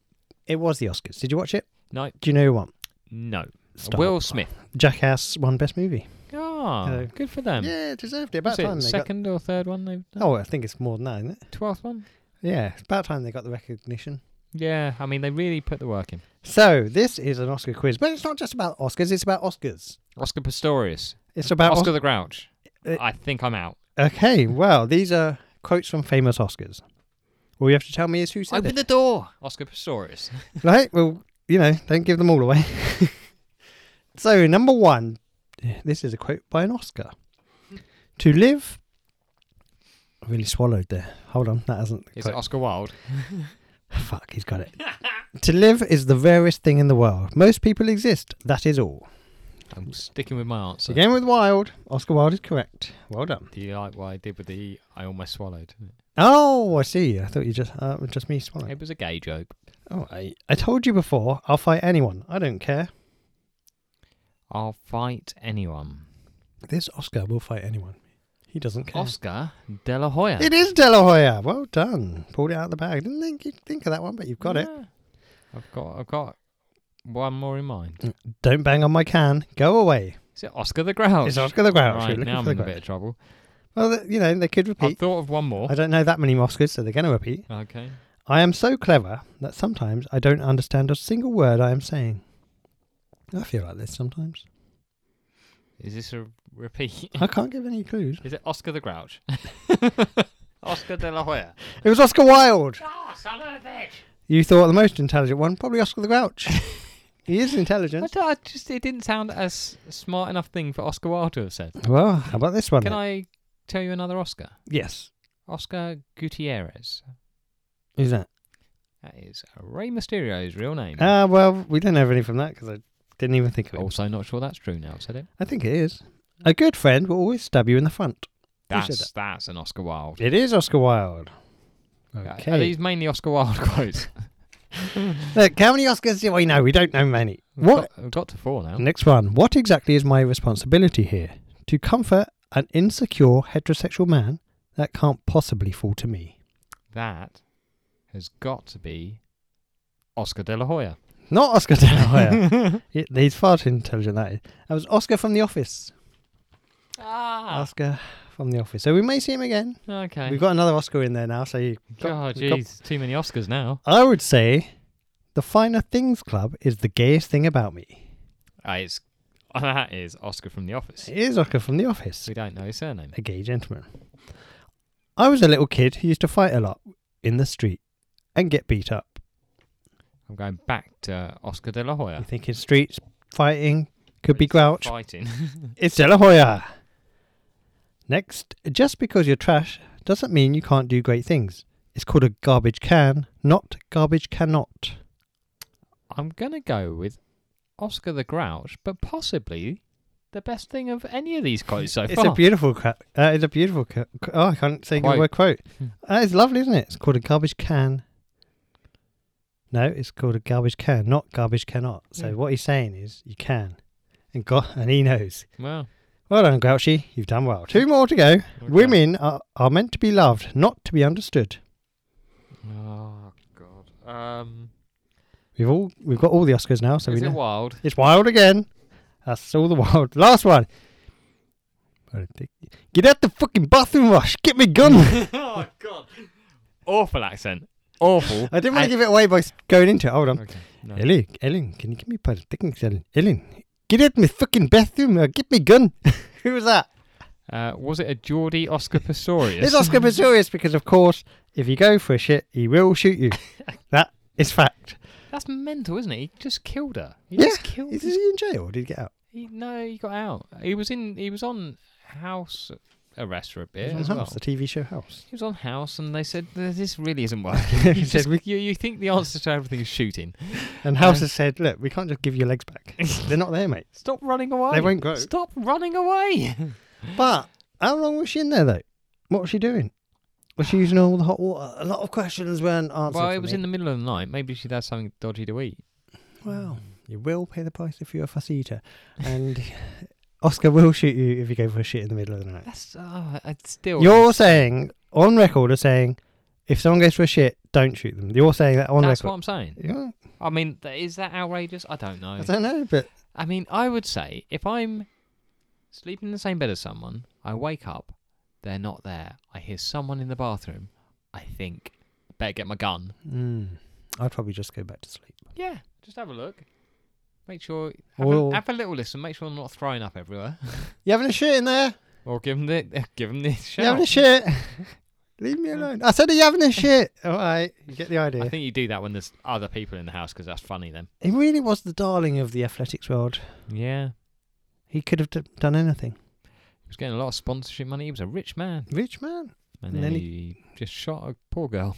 A: It was the Oscars. Did you watch it?
B: No.
A: Do you know who won?
B: No.
A: Stop.
B: Will Smith.
A: Jackass won Best Movie.
B: Ah,
A: Hello.
B: good for them.
A: yeah, deserved it. About
B: Was it
A: time they got.
B: second or third one? They
A: Oh, I think it's more than that, isn't it?
B: twelfth one.
A: Yeah, it's about time they got the recognition.
B: Yeah, I mean they really put the work in.
A: So this is an Oscar quiz, but it's not just about Oscars. It's about Oscars.
B: Oscar Pistorius.
A: It's about
B: Oscar
A: Oscar.
B: the Grouch.
A: Uh,
B: I think I'm out.
A: okay, well, these are quotes from famous Oscars. All you have to tell me is who said it,
B: the door. Oscar Pistorius.
A: right? Well, you know, don't give them all away. so number one, this is a quote by an Oscar. To live. I really swallowed there. Hold on, that hasn't.
B: Is it Oscar Wilde?
A: Fuck, he's got it. to live is the rarest thing in the world. Most people exist. That is all.
B: I'm sticking with my answer.
A: Again with Wilde. Oscar Wilde is correct. Well done.
B: Do you like what I did with the I almost swallowed?
A: Oh, I see. I thought you just uh, it was just me swallowing.
B: It was a gay joke.
A: Oh, I, I told you before. I'll fight anyone. I don't care.
B: I'll fight anyone.
A: This Oscar will fight anyone. He doesn't care.
B: Oscar De La Hoya.
A: It is De La Hoya. Well done. Pulled it out of the bag. Didn't think you'd think of that one, but you've got it.
B: Yeah. I've got I've got one more in mind.
A: Don't bang on my can. Go away.
B: Is it Oscar the Grouch?
A: It's Oscar the Grouch. You're
B: Oh, Right,
A: looking
B: now
A: for
B: I'm
A: the
B: in a
A: Grouch.
B: bit of trouble.
A: Well, th- you know, they could
B: I
A: repeat.
B: thought of one more.
A: I don't know that many Oscars, so they're going to repeat.
B: Okay.
A: I am so clever that sometimes I don't understand a single word I am saying. I feel like this sometimes.
B: Is this a repeat?
A: I can't give any clues.
B: Is it Oscar the Grouch? Oscar De La Hoya.
A: It was Oscar Wilde.
B: Oh, son of a bitch!
A: You thought the most intelligent one, probably Oscar the Grouch. he is
B: I,
A: intelligent.
B: don't- I just it didn't sound as smart enough thing for Oscar Wilde to have said.
A: Well, how about this one?
B: Can
A: then?
B: I tell you another Oscar?
A: Yes.
B: Oscar Gutierrez.
A: Who's that?
B: That is Ray Mysterio's real name.
A: Ah, well, we don't have any from that because I didn't even think of it.
B: also, not sure that's true now. Said it.
A: I think it is. A good friend will always stab you in the front. Who said
B: That's that's an Oscar Wilde.
A: It is Oscar Wilde.
B: Are
A: Okay.
B: these mainly Oscar Wilde quotes?
A: Look, how many Oscars do we know? We don't know many. What?
B: We've got, we've got to four now.
A: Next one. What exactly is my responsibility here? To comfort an insecure heterosexual man? That can't possibly fall to me.
B: That has got to be Oscar De La Hoya.
A: Not Oscar De La Hoya. It- He's far too intelligent, that is. That was Oscar from The Office.
B: Ah.
A: Oscar from The Office. So we may see him again.
B: Okay.
A: We've got another Oscar in there now, so you
B: God,
A: we've got-
B: jeez, Oh, too many Oscars now.
A: I would say the Finer Things Club is the gayest thing about me.
B: Ah, it's, that is Oscar from The Office.
A: It is Oscar from The Office,
B: We don't know his surname.
A: a gay gentleman. I was a little kid who used to fight a lot in the street and get beat up.
B: I'm going back to Oscar De La
A: You
B: Hoya.
A: think it's streets fighting could be
B: It's
A: grouch?
B: Fighting.
A: It's De La Hoya. Next, just because you're trash doesn't mean you can't do great things. It's called a garbage can, not garbage cannot.
B: I'm going to go with Oscar the Grouch, but possibly the best thing of any of these quotes so
A: it's
B: far.
A: a beautiful quote. Uh, it's a beautiful. Co- co- oh, I can't say
B: Quote.
A: the word quote.
B: Hmm.
A: Uh, it's lovely, isn't it? It's called a garbage can. No, it's called a garbage can, not garbage cannot. So
B: Yeah.
A: what he's saying is you can, and God, and he knows.
B: well,
A: Well done, Grouchy. You've done well. Two more to go.
B: okay.
A: Women are, are meant to be loved, not to be understood.
B: Oh, God. Um,
A: We've all we've got all the Oscars now, so
B: is
A: we
B: it
A: know.
B: wild?
A: It's wild again. That's all the wild. Last one. I don't think- Get out the fucking bathroom, Rush. Get me gun.
B: oh, God. Awful accent. Awful.
A: I didn't want to
B: And-
A: give it away by s- going into it. Hold on.
B: Okay, no.
A: Ellie, Ellen, can you give me part of Dickens, Ellen? Ellen, get out my fucking bathroom or get me gun. Who was that?
B: Uh, was it a Geordie Oscar Pistorius?
A: It's Oscar Pistorius because, of course, if you go for a shit, he will shoot you. that is fact.
B: That's mental, isn't it? He just killed her. He
A: Yeah,
B: just killed.
A: Is
B: this-
A: he in jail or did he get out?
B: he, no, he got out. He was in. He was on house arrest for a bit
A: He's on
B: as
A: House,
B: well.
A: the TV show House.
B: He was on house, and they said "Th- this really isn't working. you,
A: said,
B: just, you, you think the answer to everything is shooting?
A: And House has said, look, we can't just give your legs back. They're not there, mate.
B: Stop running away.
A: They won't grow.
B: Stop running away.
A: But how long was she in there, though? What was she doing? Was she using all the hot water? A lot of questions weren't answered.
B: well,
A: for
B: it was
A: me.
B: in the middle of the night. Maybe she'd had something dodgy to eat.
A: Well, you will pay the price if you're a fussy eater. And Oscar will shoot you if you go for a shit in the middle of the night.
B: That's. Oh, it's still.
A: You're saying, on record, are saying, if someone goes for a shit, don't shoot them. You're saying that on
B: That's what
A: record.
B: I'm saying.
A: Yeah,
B: I mean, th- is that outrageous? I don't know.
A: I don't know, but
B: I mean, I would say if I'm sleeping in the same bed as someone, I wake up, they're not there. I hear someone in the bathroom. I think I better get my gun.
A: mm, I'd probably just go back to sleep.
B: Yeah, just have a look. Make sure have,
A: Well-
B: a, have a little listen. Make sure I'm not throwing up everywhere.
A: You having a shit in there?
B: or give them the give them the shout.
A: You having a shit? Leave me alone. I said, are you having a shit? All right, you get the
B: I
A: idea.
B: think you do that when there's other people in the house because that's funny then.
A: He really was the darling of the athletics world.
B: Yeah.
A: He could have d- done anything.
B: He was getting a lot of sponsorship money. He was a rich man.
A: Rich man.
B: And,
A: And
B: then
A: then
B: he just shot a poor girl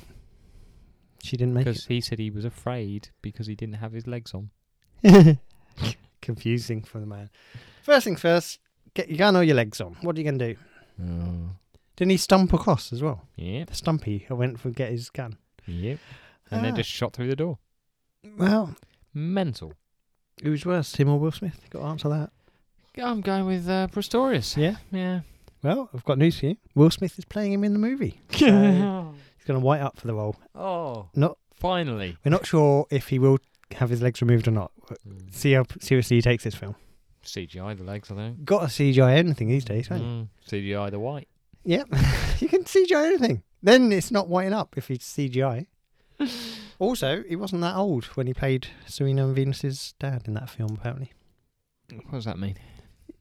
A: She didn't make
B: because he said he was afraid because he didn't have his legs on.
A: it. confusing for the man. First things first, get you gotta know your legs on. What are you gonna do?
B: Oh.
A: Didn't he stump across as well?
B: Yep.
A: The stumpy who went for get his gun.
B: Yep. And
A: Ah.
B: then just shot through the door.
A: Well,
B: Mental.
A: who's worse, him or Will Smith? Got to answer that.
B: I'm going with uh, Pistorius.
A: Yeah.
B: Yeah.
A: Well, I've got news for you. Will Smith is playing him in the movie. So- He's gonna white up for the role.
B: oh.
A: Not-
B: Finally.
A: We're not sure if he will have his legs removed or not. See how seriously he takes this film.
B: CGI the legs, Mm. I think.
A: Got to CGI anything these days, don't you?
B: Mm. CGI the white.
A: Yep.
B: Mm.
A: you can CGI anything. Then it's not whiting up if it's CGI. also, he wasn't that old when he played Serena and Venus's dad in that film, apparently.
B: What does that mean?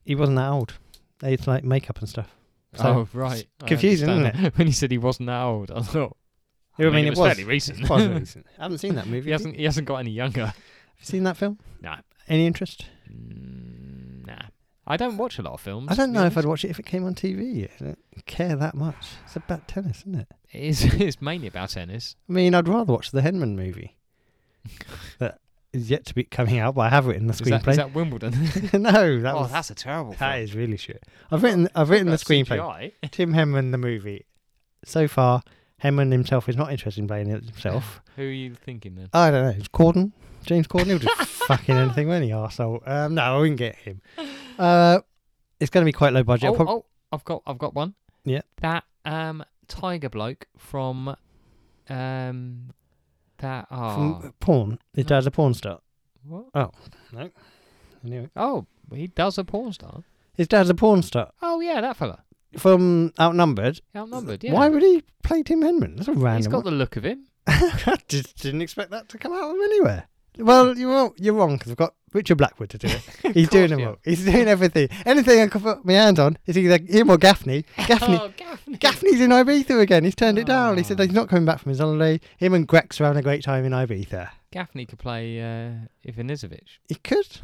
A: He wasn't that old. They had like makeup and stuff. So,
B: oh right, I
A: confusing, isn't
B: understand. when he said he wasn't that old, I thought.
A: I mean, it
B: was,
A: was-
B: fairly recent.
A: It's quite recent. I haven't seen that movie.
B: he
A: have you?
B: hasn't. He hasn't got any younger.
A: Have you seen that film?
B: No.
A: Any interest?
B: Mm, nah, I don't watch a lot of films.
A: I
B: to
A: don't
B: be
A: know if I'd
B: honest.
A: watch it if it came on TV. I don't care that much. It's about tennis, isn't it?
B: It's, it's mainly about tennis.
A: I mean, I'd rather watch the Henman movie that is yet to be coming out, but I have written the
B: Is that,
A: screenplay.
B: is that Wimbledon?
A: no, that
B: oh,
A: was
B: that's a terrible.
A: That
B: film.
A: is really shit. I've written I've written the
B: That's
A: screenplay.
B: CGI.
A: Tim Hemman the movie. So far, Hemman himself is not interested in playing it himself.
B: Who are you thinking then?
A: I don't know. It's Corden, James Corden. He'll do fucking anything, won't he, arsehole? Um, no, I wouldn't get him. Uh, it's going to be quite low budget.
B: Oh,
A: Prob-
B: oh, I've got, I've got one.
A: Yeah.
B: That um tiger bloke from um that ah
A: from uh, porn. His dad's a porn star.
B: what?
A: Anyway,
B: Oh, he does a porn star.
A: his dad's a porn star
B: Oh yeah, that fella.
A: from Outnumbered.
B: Outnumbered. Yeah.
A: Why would he play Tim Henman? That's a random.
B: He's
A: one.
B: got the look of him.
A: I just didn't expect that to come out of anywhere. Well, you're wrong, you're wrong because I've got Richard Blackwood to do it. He's doing
B: course
A: them
B: you
A: all. He's doing everything. Anything I can put my hand on is either him or Gaffney. Gaffney.
B: Oh, Gaffney.
A: Gaffney's in Ibiza again. He's turned it down. He said
B: Ah.
A: he's not coming back from his holiday. Him and Grex are having a great time in Ibiza.
B: Gaffney could play uh, Ivanisevic.
A: He could.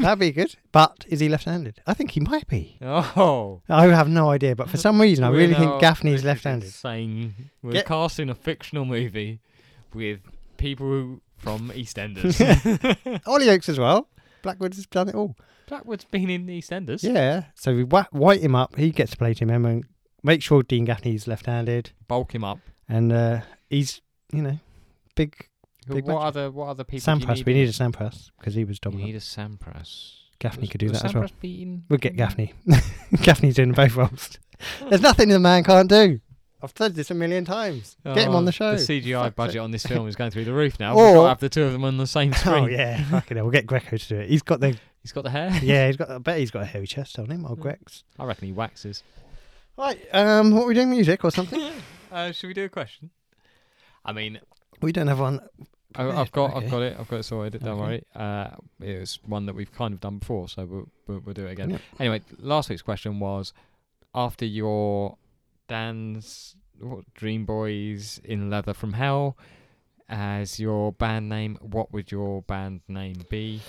A: That'd be good. But is he left-handed? I think he might be.
B: Oh.
A: I have no idea. But for some reason, I
B: We
A: really
B: know
A: think
B: this
A: Gaffney's
B: is
A: left-handed.
B: Insane. We're
A: Get-
B: casting a fictional movie with people who, from EastEnders.
A: Hollyoaks as well. Blackwood has done it all.
B: Blackwood's been in EastEnders.
A: Yeah. So we wha- white him up. He gets to play Tim Hemman. Make sure Dean Gaffney's left-handed,
B: Bulk him up.
A: and uh, he's you know big.
B: Who-
A: Big
B: what
A: budget.
B: other what other people? do you
A: Sampras.
B: need
A: we
B: in-
A: need a Sampras because he was
B: You
A: dominant.
B: need a Sampras.
A: Gaffney
B: Was-
A: could do
B: was
A: that as well.
B: Sampras beaten-
A: We'll get Gaffney. Gaffney's doing both roles. There's nothing the man can't do. I've said this a million times. get him
B: Oh,
A: on the show.
B: The CGI
A: Fuck's
B: budget
A: sake.
B: on this film is going through the roof now.
A: Or-
B: We've got to have the two of them on the same screen.
A: Oh yeah, fucking hell. We'll get Greco to do it. He's got the
B: He's got the hair.
A: yeah. He's got. I bet he's got a hairy chest on him. Or
B: Hmm.
A: Grex.
B: I reckon he waxes.
A: Right. Um. What are we doing? Music or something?
B: Uh, should we do a question? I mean,
A: we don't have one.
B: I,
A: Prepared,
B: I've got,
A: okay.
B: I've got it, I've got it sorted. Don't
A: Okay.
B: worry. Uh, it was one that we've kind of done before, so we'll we'll, we'll do it again.
A: Yeah.
B: Anyway, last week's question was after your Dan's what, Dream Boys in Leather from Hell as your band name, what would your band name be?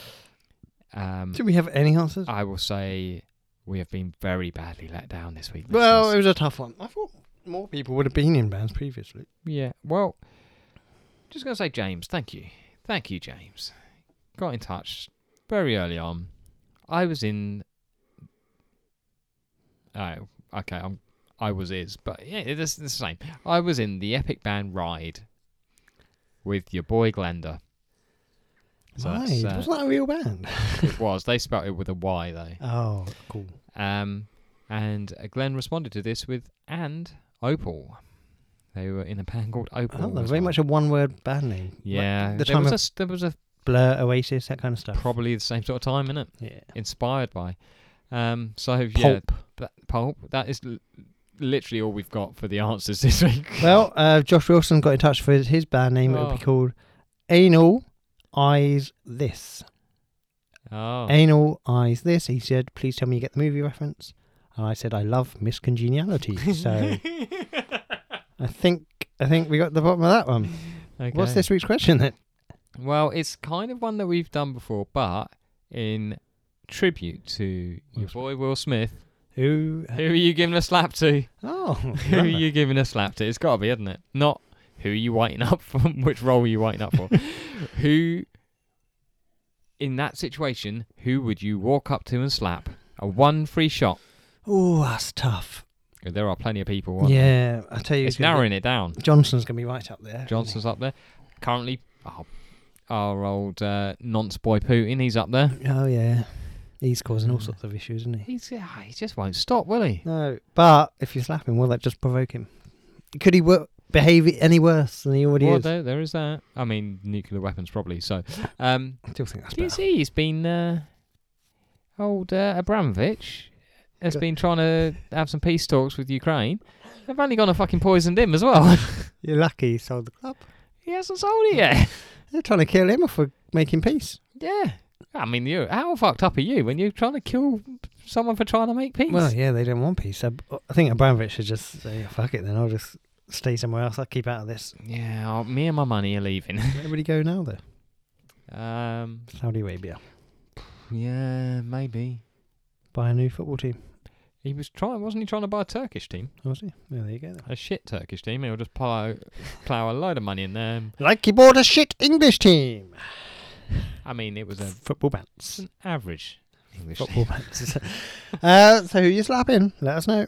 B: Um,
A: Do we have any answers?
B: I will say we have been very badly let down this week.
A: Well, it was
B: listeners.
A: a tough one. I thought more people would have been in bands previously.
B: yeah. Well, just gonna say, James, thank you, thank you, James. Got in touch very early on. I was in. Oh, okay. I'm. I was is, but yeah, it's the same. I was in the epic band ride with your boy Glenda. So
A: right.
B: that's, uh,
A: Wasn't that a real band?
B: it was. They spelt it with a Y though.
A: Oh, cool.
B: Um, and uh, Glenn responded to this with and Opal. They were in a band called
A: I
B: Opal.
A: don't know.
B: as
A: Oh, Very
B: well.
A: much a one word band name.
B: yeah.
A: Like, the
B: there,
A: time
B: was
A: of
B: a s there was a
A: Blur, Oasis, that kind of stuff.
B: probably the same sort of time in it,
A: yeah.
B: inspired by. Um, so yeah,
A: Pulp.
B: that, pulp. That is l- literally all we've got for the answers this week.
A: Well, uh, Josh Wilson got in touch with his band name. It would be
B: Oh.
A: called Anal Eyes This.
B: oh,
A: Anal Eyes This. He said, please tell me you get the movie reference. And I said, I love miscongeniality. so I think I think we got the bottom of that one.
B: okay.
A: What's this week's question then?
B: Well, it's kind of one that we've done before, but in tribute to
A: Will
B: your boy Will Smith.
A: Who?
B: Who are you giving a slap to?
A: Oh,
B: Who are you giving a slap to? It's got to be, isn't it? Not who are you waiting up for, which role are you waiting up for. who in that situation, who would you walk up to and slap? A one free shot.
A: Oh, that's tough.
B: There are plenty of people. aren't there?
A: Yeah, I tell you,
B: It's
A: gonna be-
B: narrowing it down.
A: Johnson's going to be right up there. isn't he?
B: Johnson's up there. Currently, oh, our old uh, nonce boy Putin, he's up there.
A: Oh yeah, he's causing all
B: Mm.
A: sorts of issues, isn't he?
B: He's, ah, he just won't stop, will he?
A: No, but if you slap him, will that just provoke him? Could he wo- behave any worse than he already
B: well,
A: is?
B: There, there is that. I mean, nuclear weapons probably. So, um,
A: I still think that's
B: do you
A: better.
B: see he's been uh, old uh, Abramovich has
A: Go-
B: been trying to have some peace talks with Ukraine. They've only gone and fucking poisoned him as well.
A: You're lucky he sold the club.
B: he hasn't sold it yet.
A: They're trying to kill him for making peace.
B: yeah. I mean, you how fucked up are you when you're trying to kill someone for trying to make peace?
A: Well, yeah, they don't want peace. I, I think Abramovich should just say, "Oh, "Fuck it, then I'll just stay somewhere else. I'll keep out of this."
B: yeah, oh, me and my money are leaving.
A: Where would he go now, though?
B: um,
A: Saudi Arabia.
B: yeah, maybe.
A: Buy a new football team.
B: He was trying, wasn't he? Trying to buy a Turkish team.
A: Was he? Yeah, there you go. Then.
B: a shit Turkish team. He'll just plow, plow a load of money in there.
A: Like he bought a shit English team.
B: I mean, it was a
A: Football bats.
B: it's an average English
A: football
B: team.
A: bats. uh, so who you slapping? Let us know.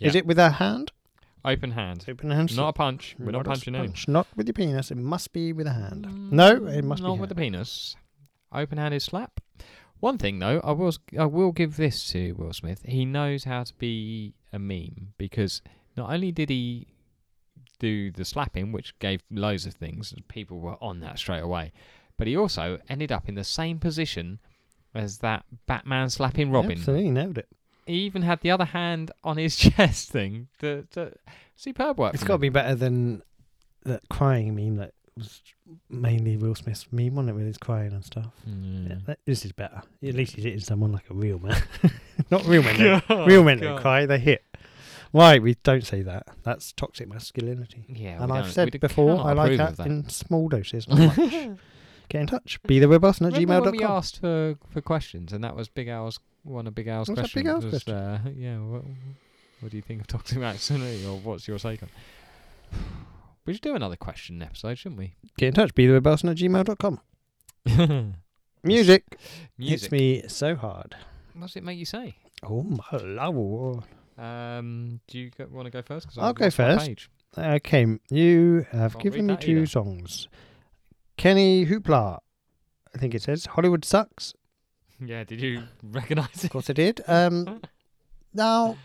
A: Is
B: Yeah.
A: it with a hand?
B: Open hand,
A: Open hand.
B: not a punch. We're not
A: a
B: punching anyone. Mm,
A: punch. Not with your penis. It must be with a hand. no, it must
B: not
A: be.
B: with the
A: hand.
B: penis. Open hand is slap. One thing though, I will I will give this to Will Smith. He knows how to be a meme because not only did he do the slapping, which gave loads of things, and people were on that straight away, but he also ended up in the same position as that Batman slapping Robin.
A: Absolutely nailed it.
B: He even had the other hand on his chest thing. To, to superb work.
A: It's
B: from
A: got to
B: him.
A: be better than that crying meme that was mainly Will Smith's meme, wasn't it, with his crying and stuff.
B: Mm.
A: Yeah, that- this is better. At least he's hitting someone like a real man. not real men. don't- real men don't
B: Oh, God.
A: cry. They hit. Why we don't say that? That's toxic masculinity.
B: Yeah, we
A: and I've
B: don't- we
A: said
B: d-
A: before,
B: cannot
A: I like
B: approve
A: that,
B: of that.
A: in small doses. Not much. Get in touch. Be the robust at
B: Remember when we
A: gmail.com.
B: asked for, for questions, and that was Big Al's one of Big Al's
A: Was that
B: questions.
A: Big Al's
B: was, Uh, yeah, what, what do you think of toxic masculinity, or what's your take on? We should do another question episode, shouldn't we?
A: Get in touch. Be the robust at gmail.com. Music.
B: Music.
A: Hits me so hard.
B: What does it make you say?
A: Oh my lord.
B: Um, do you want to go first? 'Cause
A: I'll
B: I've
A: go
B: lost my
A: first.
B: page.
A: Okay, you have
B: Can't
A: given
B: read
A: me
B: that
A: two
B: either.
A: songs. Kenny Hoopla, I think it says. Hollywood sucks.
B: Yeah, did you recognise
A: Of
B: it?
A: course I did. Um, now,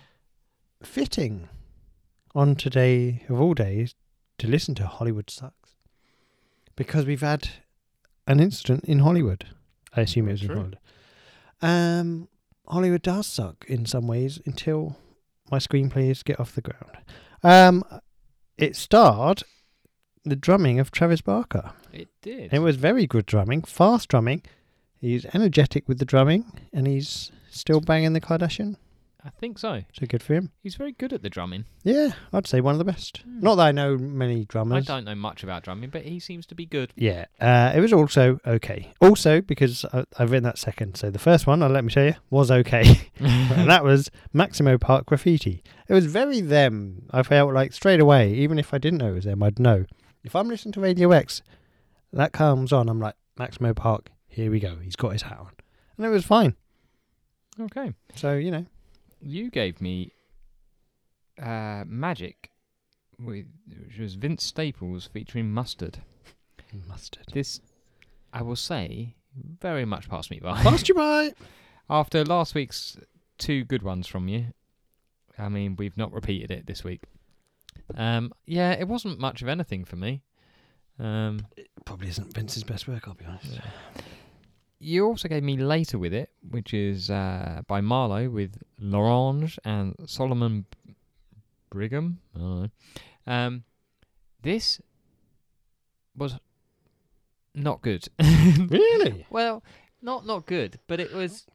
A: fitting on today of all days to listen to Hollywood sucks because we've had an incident in Hollywood. I assume it was in
B: True.
A: Hollywood. Um, Hollywood does suck in some ways until my screenplays get off the ground. Um, it starred the drumming of Travis Barker.
B: It did.
A: It was very good drumming, fast drumming. He's energetic with the drumming, and he's still banging the Kardashian.
B: I think so.
A: So good for him.
B: He's very good at the drumming.
A: Yeah, I'd say one of the best.
B: Hmm.
A: Not that I know many drummers.
B: I don't know much about drumming, but he seems to be good.
A: Yeah, uh, it was also okay. Also, because I, I've written that second, so the first one, uh, let me tell you, was okay. and that was Maximo Park Graffiti. It was very them. I felt like straight away, even if I didn't know it was them, I'd know. If I'm listening to Radio X, that comes on, I'm like, Maximo Park, here we go. He's got his hat on. And it was fine.
B: okay.
A: So, you know,
B: you gave me uh, magic with which was Vince Staples featuring mustard.
A: mustard.
B: This I will say very much passed me by.
A: Passed you by.
B: After last week's two good ones from you, I mean we've not repeated it this week. Um, yeah, it wasn't much of anything for me. Um,
A: Probably isn't Vince's best work, I'll be honest.
B: you also gave me later with it, which is uh, by Marlowe with L'Orange and Solomon Brigham. I don't know. Um, this was not good.
A: Really?
B: well, not not good, but it was.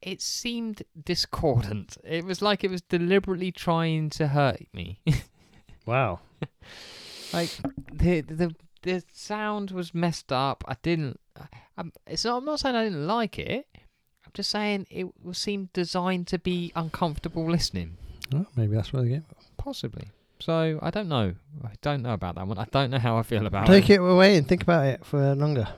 B: It seemed discordant. It was like it was deliberately trying to hurt me.
A: Wow.
B: like the the the sound was messed up. I didn't. I, I'm, it's not. I'm not saying I didn't like it. I'm just saying it w- seemed designed to be uncomfortable listening.
A: Well, maybe that's what they get.
B: Possibly. So I don't know. I don't know about that one. I don't know how I feel about
A: Take
B: it.
A: it away and think about it for longer.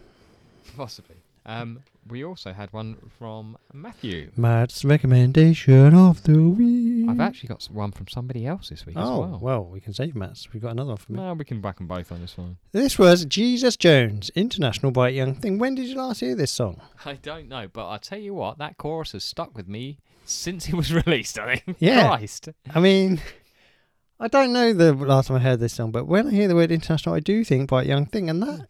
B: Possibly. Um, we also had one from Matthew.
A: Matt's recommendation of the week.
B: I've actually got s- one from somebody else this week as
A: Oh, well.
B: well.
A: we can save Matt's. We've got another one for me.
B: No, we can whack them both on this one.
A: This was Jesus Jones, International Bright Young Thing. When did you last hear this song?
B: I don't know, but I tell you what, that chorus has stuck with me since it was released. I think.
A: Yeah.
B: Christ.
A: I mean, I don't know the last time I heard this song, but when I hear the word international, I do think Bright Young Thing, and that
B: Yeah,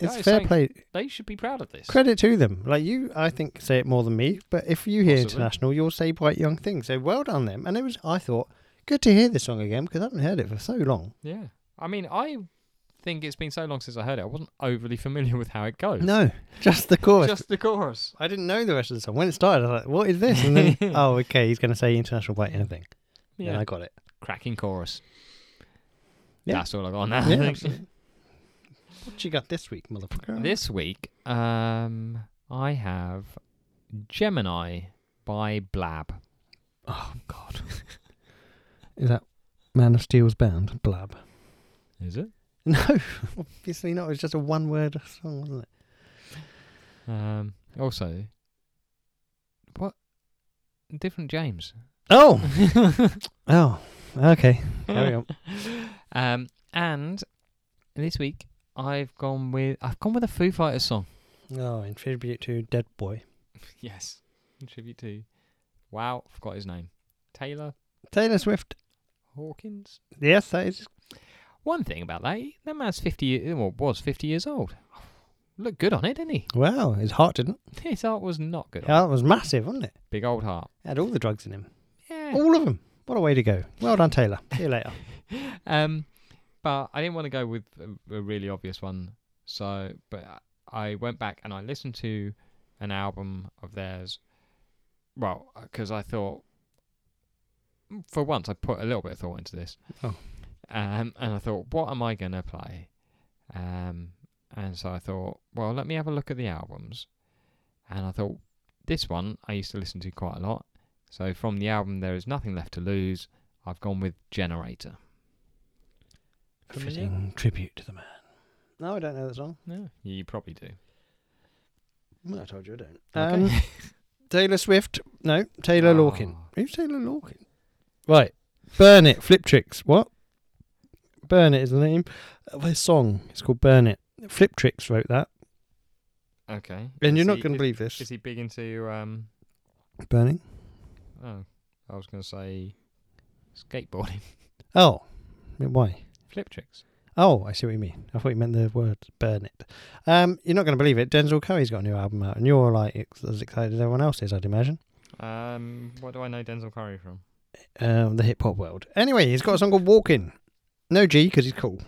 A: it's
B: it's
A: fair
B: like-
A: play.
B: They should be proud of this.
A: Credit to them. Like you, I think say it more than me. But if you hear
B: Possibly.
A: international, you'll say Bright Young Thing. So well done them. And it was, I thought, good to hear this song again because I haven't heard it for so long.
B: yeah. I mean, I think it's been so long since I heard it. I wasn't overly familiar with how it goes.
A: No, just the chorus.
B: Just the chorus.
A: I didn't know the rest of the song. When it started, I was like, what is this? And then, oh, okay, he's going to say international Bright Young Thing. Yeah,
B: Yeah.
A: I got it.
B: Cracking chorus.
A: Yeah.
B: That's all I got on that.
A: Yeah, absolutely. what you got this week, motherfucker?
B: This week, um, I have Gemini by Blab.
A: Oh God. Is that Man of Steel's band? Blab.
B: Is it?
A: No, obviously not. It was just a one-word song, wasn't it?
B: Um, also, what? Different James.
A: Oh. oh. Okay. Carry on.
B: Um, and this week I've gone with I've gone with a Foo Fighters song.
A: Oh, in tribute to Dead Boy
B: Yes, in tribute to. Wow, forgot his name. Taylor
A: Taylor Swift.
B: Hawkins.
A: Yes, that is.
B: One thing about that, he- that man's fifty. ye- Well, was fifty years old. Looked good on it, didn't he?
A: Wow, his heart didn't.
B: His art was not good. on it.
A: That was massive, wasn't it?
B: Big old heart.
A: Had all the drugs in him.
B: Yeah.
A: All of them. What a way to go. Well done, Taylor. See you later.
B: Um, but I didn't want to go with a, a really obvious one. So, but I went back and I listened to an album of theirs. Well, because I thought, for once, I put a little bit of thought into this.
A: Oh.
B: Um, and I thought, what am I gonna play? Um, and so I thought, well, let me have a look at the albums. And I thought, this one I used to listen to quite a lot. So from the album, there is nothing left to lose. I've gone with Generator. Familiar?
A: Fitting tribute to the man. No, I don't know that song.
B: No, you probably do.
A: No, I told you I don't. Um,
B: Okay.
A: Taylor Swift. No, Taylor
B: Oh.
A: Lorkin. Who's Taylor Lorkin? Ah. Right. Burn It, Flip Tricks. What? Burn It is the name of his song. It's called Burn It. Flip Tricks wrote that.
B: okay.
A: And
B: Is
A: you're not
B: he-
A: going to
B: is-
A: believe this.
B: Is he big into um?
A: Burning?
B: Oh, I was going to say skateboarding,
A: Oh. Why?
B: flip tricks.
A: Oh, I see what you mean. I thought you meant the word burn it. Um, you're not going to believe it. Denzel Curry's got a new album out, and you're like ex- as excited as everyone else is, I'd imagine.
B: Um, what do I know Denzel Curry from?
A: Um, the hip hop world. Anyway, he's got a song called Walking. No G because he's cool,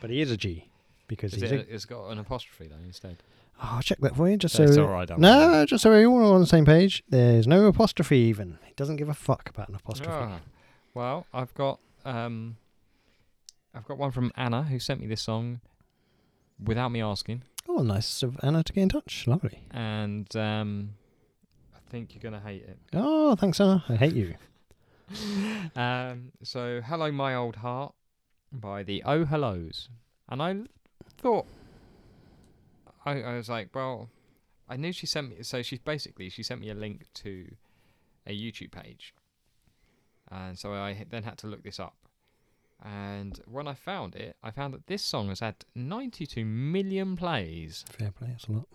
A: but he is a G because
B: Is
A: he's
B: it,
A: a.
B: it's got an apostrophe though instead.
A: Oh, I'll check that for you just so.
B: That's all right. don't
A: no,
B: worry.
A: just so we're all on the same page. There's no apostrophe even. He doesn't give a fuck about an apostrophe.
B: Ah, well, I've got um, I've got one from Anna who sent me this song without me asking,
A: Oh, nice of Anna to get in touch. Lovely.
B: and um, I think you're gonna hate it.
A: Oh, thanks, Anna. I hate you.
B: Um, so, Hello My Old Heart by the Oh Hellos. And I l- thought, I, I was like, well, I knew she sent me, so she basically, she sent me a link to a YouTube page. And so I h- then had to look this up. And when I found it, I found that this song has had 92 million plays.
A: Fair play. That's a lot.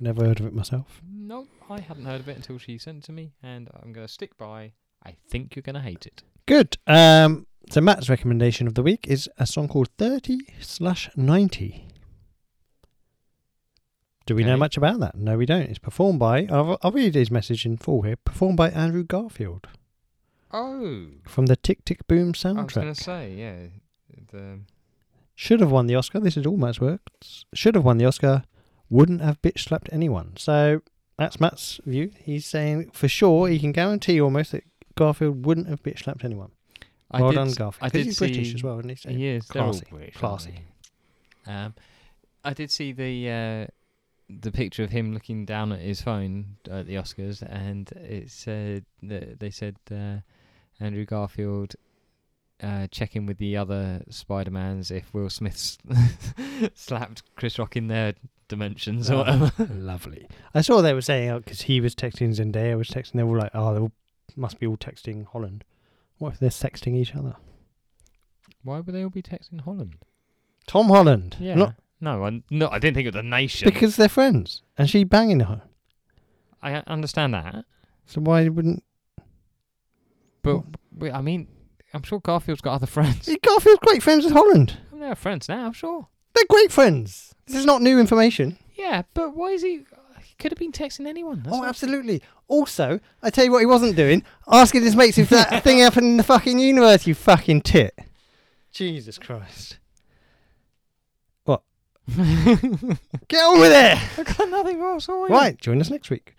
A: Never heard of it myself.
B: No, I hadn't heard of it until she sent it to me, and I'm going to stick by. I think you're going to hate it.
A: Good. Um, so Matt's recommendation of the week is a song called 30 slash 90. Do we know
B: Okay.
A: much about that? No, we don't. It's performed by, I'll, I'll read his message in full here, performed by Andrew Garfield
B: Oh.
A: from the Tick Tick Boom
B: I was going
A: soundtrack.
B: to say, yeah. The,
A: Should have won the Oscar. This is all Matt's works. Should have won the Oscar. Wouldn't have bitch slapped anyone. So that's Matt's view. He's saying for sure, he can guarantee almost that Garfield wouldn't have bitch slapped anyone. well done, Garfield.
B: I
A: 'Cause
B: did
A: he's
B: see,
A: British as well, isn't he? So-
B: He is.
A: classy,
B: They're all British, aren't
A: classy.
B: they? Um, I did see the uh, the picture of him looking down at his phone at the Oscars, and it said that they said uh, Andrew Garfield uh, check in with the other Spider Mans if Will Smith slapped Chris Rock in their dimensions or
A: Oh,
B: whatever.
A: Lovely. I saw they were saying because he was texting Zendaya was texting. They were like, oh, they all, must be all texting Holland. What if they're sexting each other?
B: Why would they all be texting Holland?
A: Tom Holland.
B: Yeah.
A: Not
B: no, I, no, I didn't think of the nation.
A: because they're friends, and she banging her.
B: I understand that,
A: So why wouldn't
B: but we, I mean, I'm sure Garfield's got other friends.
A: Garfield's great friends with Holland?
B: They're friends now, sure.
A: They're great friends. This is not new information.
B: Yeah, but why is he? He could have been texting anyone. That's
A: oh,
B: not-
A: absolutely. Also, I tell you what, he wasn't doing asking his mates if that thing happened in the fucking universe. You fucking tit. Jesus Christ. What? Get on with it.
B: I got nothing else. all I got.
A: Right, join us next week.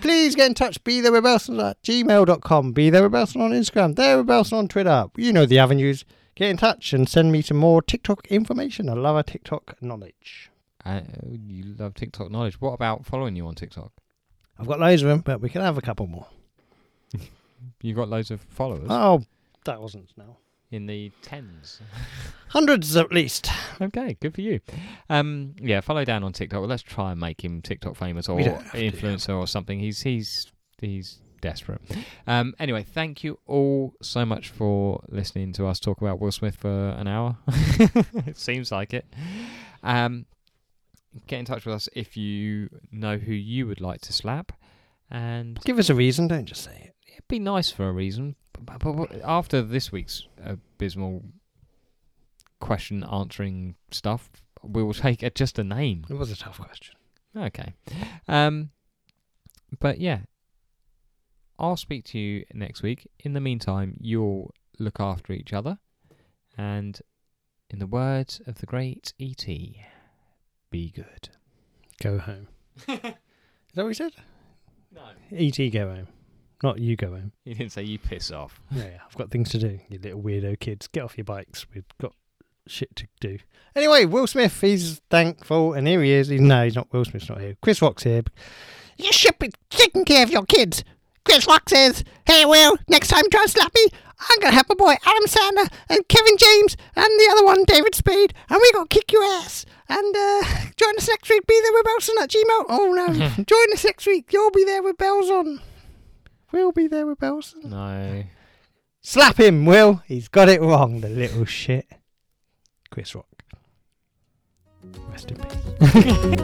A: Please get in touch. Be there Rebelson at gmail.com. Be there Rebelson on Instagram. There Rebelson on Twitter. You know the avenues. Get in touch and send me some more TikTok information. I love our TikTok knowledge.
B: Uh, you love TikTok knowledge. What about following you on TikTok?
A: I've got loads of them, but we can have a couple more.
B: You've got loads of followers
A: Oh, that wasn't now.
B: in the tens.
A: Hundreds at least.
B: okay, good for you. Um, yeah, follow Dan on TikTok. Well, let's try and make him TikTok famous or
A: We don't have to.
B: influencer or something. He's he's he's desperate. Um, anyway, thank you all so much for listening to us talk about Will Smith for an hour. it seems like it. Um, get in touch with us if you know who you would like to slap, and
A: Give us a reason. Don't just say it.
B: it'd be nice for a reason. But, but, but after this week's abysmal question answering stuff, we will take a, just a name.
A: It was a tough question.
B: Okay. Um, but yeah, I'll speak to you next week. In the meantime, you'll look after each other. And in the words of the great E.T., be good.
A: Go home. is that what he said?
B: No.
A: E.T. go home. Not you go home.
B: He didn't say you piss off.
A: Yeah, yeah, I've got things to do, you little weirdo kids. Get off your bikes. We've got shit to do. Anyway, Will Smith, he's thankful, and here he is. He's, no, he's not. Will Smith's not here. Chris Rock's here. You should be taking care of your kids. Chris Rock says, Hey, Will, next time try and slap me. I'm going to have my boy Adam Sandler and Kevin James and the other one, David Spade, and we're going to kick your ass. And uh, join us next week. Be there with bells on at Gmail. Oh, no. join us next week. You'll be there with bells on. We'll be there with bells on.
B: No.
A: Slap him, Will. He's got it wrong, the little shit. Chris Rock. Rest in peace.